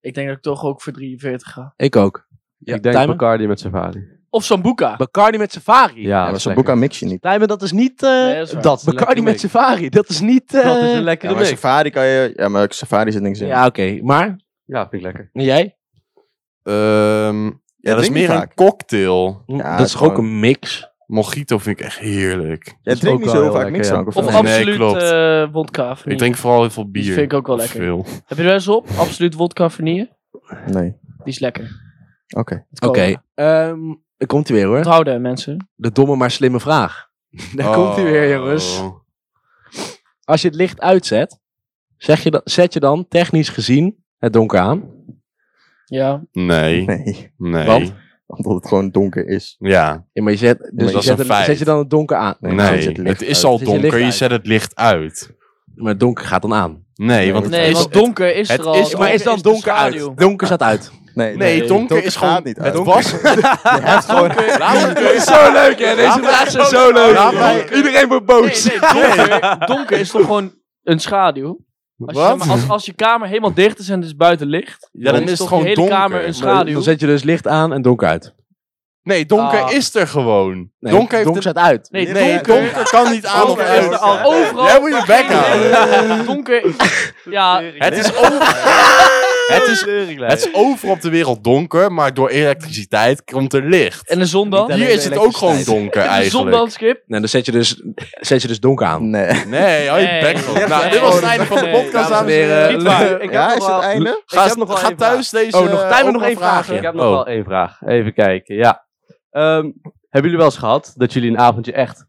ik denk dat ik toch ook voor 43 ga. Ik ook. Ik denk Timer? Bacardi met Safari. Of Sambuca. Bacardi met safari. Ja, Ja, dat is was een lekker. boek aan mix je niet. Tijmen, dat is niet... eh, Nee, dat is waar. Dat is een Bacardi lekkere met mix. safari, dat is niet... eh, Dat is een Ja, lekkere maar mix. safari kan je... Ja, maar safari zit niks in. Ja, oké. Maar, Ja, vind ik lekker. en jij? Ehm, ja, dat is drinkt meer niet een vaak. cocktail. Ja, dat is toch gewoon- ook een mix? Mojito vind ik echt heerlijk. Jij is ook drinkt niet wel zo heel vaak lekker, mix ja. drank, of Of wel? Nee, absoluut klopt. eh wodka. of Ik niet? drink vooral heel veel bier. Die vind ik ook wel Of lekker. Veel. Heb je er wel eens op? Absoluut vodka vanille. Nee. Die is lekker. Oké. Oké. Oh, Ehm, daar komt hij weer hoor. Onthouden, mensen. De domme maar slimme vraag. Daar Oh. komt hij weer, jongens. Als je het licht uitzet, zeg je dan, zet je dan technisch gezien het donker aan? Ja. Nee, Nee. nee. Want? Omdat het gewoon donker is. Ja, Ja, maar je zet, dus dat je is zet, een het- feit. zet je dan het donker aan? Nee, nee. dan zet het licht Het is uit. al Zet je licht donker, je uit. zet het licht uit. Maar het donker gaat dan aan. Nee, Nee, want het Nee, is... want donker is Oh, het er al. is- maar is dan donker schaduw. uit? Donker staat uit. Nee, Nee, donker, is gaat gewoon... niet het uit. was... Het is gewoon... Dit is zo leuk, hè? Deze vraag zijn zo leuk. Laat mij- Iedereen wordt Nee, boos. nee, donker, donker is toch gewoon een schaduw? Als je, Wat? zeg maar, als, als je kamer helemaal dicht is en het is buiten licht, Ja, dan is is het toch gewoon je hele donker. kamer een Dan schaduw. zet je dus licht aan en donker uit. Nee, donker Ah. is er gewoon. donker heeft staat uit. Nee, Nee, donker, donker kan niet aan of donker is er uit. al overal. Jij moet je bek houden. houden. Donker. Ja, Het is over... Het is, het is over op de wereld donker, maar door elektriciteit komt er licht. en de zon dan? Niet Hier is het ook gewoon donker De zon eigenlijk. dan, Skip? Nee, dan zet je dus, zet je dus donker aan. Nee. Nee, hou je Nee. bek gewoon. Nee. Nou, dit was het einde van de Nee. podcast, Dames en dames en heren. heren. Niet waar. Ik Ja, heb is nog het wel- einde? Ga, Ik heb nog wel ga één thuis deze... Oh, nog eh, Tijmen, ook nog wel één vraagje. Ik heb vragen. Oh, nog wel één vraag. Even kijken, ja. Ehm, hebben jullie wel eens gehad dat jullie een avondje echt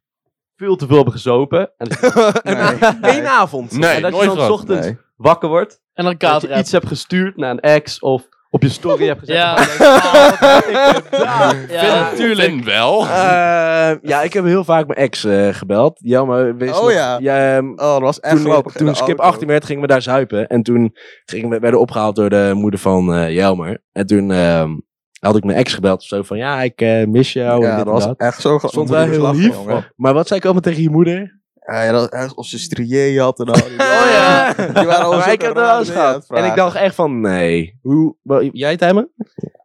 veel te veel hebben gezopen? En, Nee. Eén avond. Nee, en dat nooit je dan gehad. ochtends Nee. wakker wordt, En dan dat kater je iets hebt gestuurd naar een ex of op je story hebt gezet. Ja, Vind- ja. Vind wel. Eh, ja, ik heb heel vaak mijn ex eh, gebeld. Jammer, wees Oh, nog- ja. ehm, Oh, dat was echt toen, grappig. toen De Skip auto. 18 werd, gingen we daar zuipen. En toen gingen we, werden we opgehaald door de moeder van eh Jelmer. En toen ehm, had ik mijn ex gebeld. Of zo van, ja, ik eh, mis jou. en Ja, dit en dat was dat. echt zo grappig. Stond wel heel lief. Maar wat zei ik allemaal tegen je moeder? Ja, ja, dat, eh, of ze strié had en al. Oh ja. Die waren al Maar zulke ik heb dat rare wel eens dingen aan gehad. het En ik vragen. dacht echt van, nee. Hoe, wa- jij, Tijmen?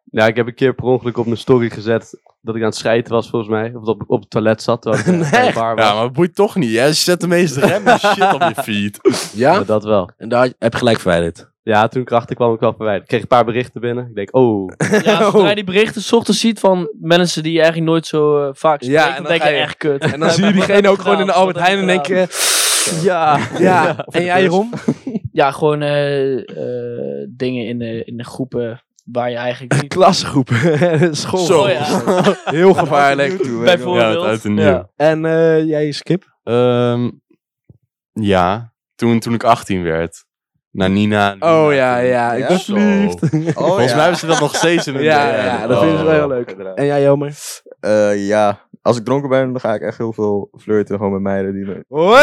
Nou, ik heb een keer per ongeluk op mijn story gezet dat ik aan het schijten was volgens mij. Of dat ik op het toilet zat terwijl ik eh, bij de bar was. Ja, maar het boeit toch niet. Hè? Je zet de meeste remmers shit op je feed. Ja? Maar dat wel. En daar heb je gelijk verwijderd. Ja, toen ik erachter kwam, ik wel verwijderd. Ik kreeg een paar berichten binnen. Ik denk, oh, Ja, zodra je die berichten 's ochtends ziet van mensen die je eigenlijk nooit zo eh, vaak Ja, spreekt, en dan, dan denk ga je je- echt kut. En dan zie je diegene ook gewoon in de Albert Heijn en denk denken je... Ja, Ja, en jij Ron? ja gewoon eh, eh, dingen in de, in de groepen waar je eigenlijk niet... Klasgroepen. School. Zo. Oh ja, Heel gevaarlijk. Ja, het bijvoorbeeld. uit en nieuw. Ja. En eh, jij Skip? Ehm, ja, toen, toen ik 18 werd. Naar Nina. Oh ja, ja. Ik Ja? ben Zo. verliefd. Volgens mij hebben ze dat nog steeds in hun Ja, DNA. ja, dat vinden ze wel heel leuk. En jij Jelmer? Eh, ja, als ik dronken ben, dan ga ik echt heel veel flirten gewoon met meiden die me... Hoi!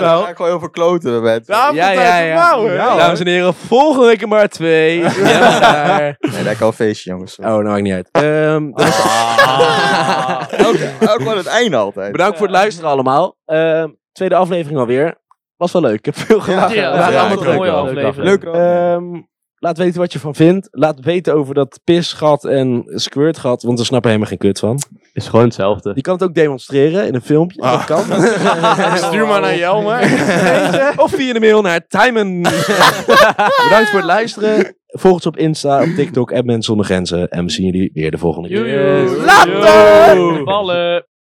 Dan ga ik gewoon heel veel kloten met mensen. Ja, ja, ja. Dames en heren, volgende week in maar twee. Ja, daar. Nee, dat kan een feestje, jongens. Oh, nou maakt niet uit. Ehm, dus Ah. Elke- Elk maar het einde altijd. bedankt voor het luisteren allemaal. Ehm, tweede aflevering alweer. Was wel leuk. Ik heb veel Ja, gedaan. dat is ja, allemaal een mooie leuk, aflevering. Leuk, Ron. Ehm, laat weten wat je van vindt. Laat weten over dat pisgat en squirtgat, want we snappen helemaal geen kut van. Is gewoon hetzelfde. Je kan het ook demonstreren in een filmpje. Dat Ah. kan. Stuur maar naar Jelmer. Deze, of via de mail naar Timen. Bedankt voor het luisteren. Volg ons op Insta, op TikTok, en Mensen Zonder Grenzen. En we zien jullie weer de volgende keer. Joejoe. Later! Ballen!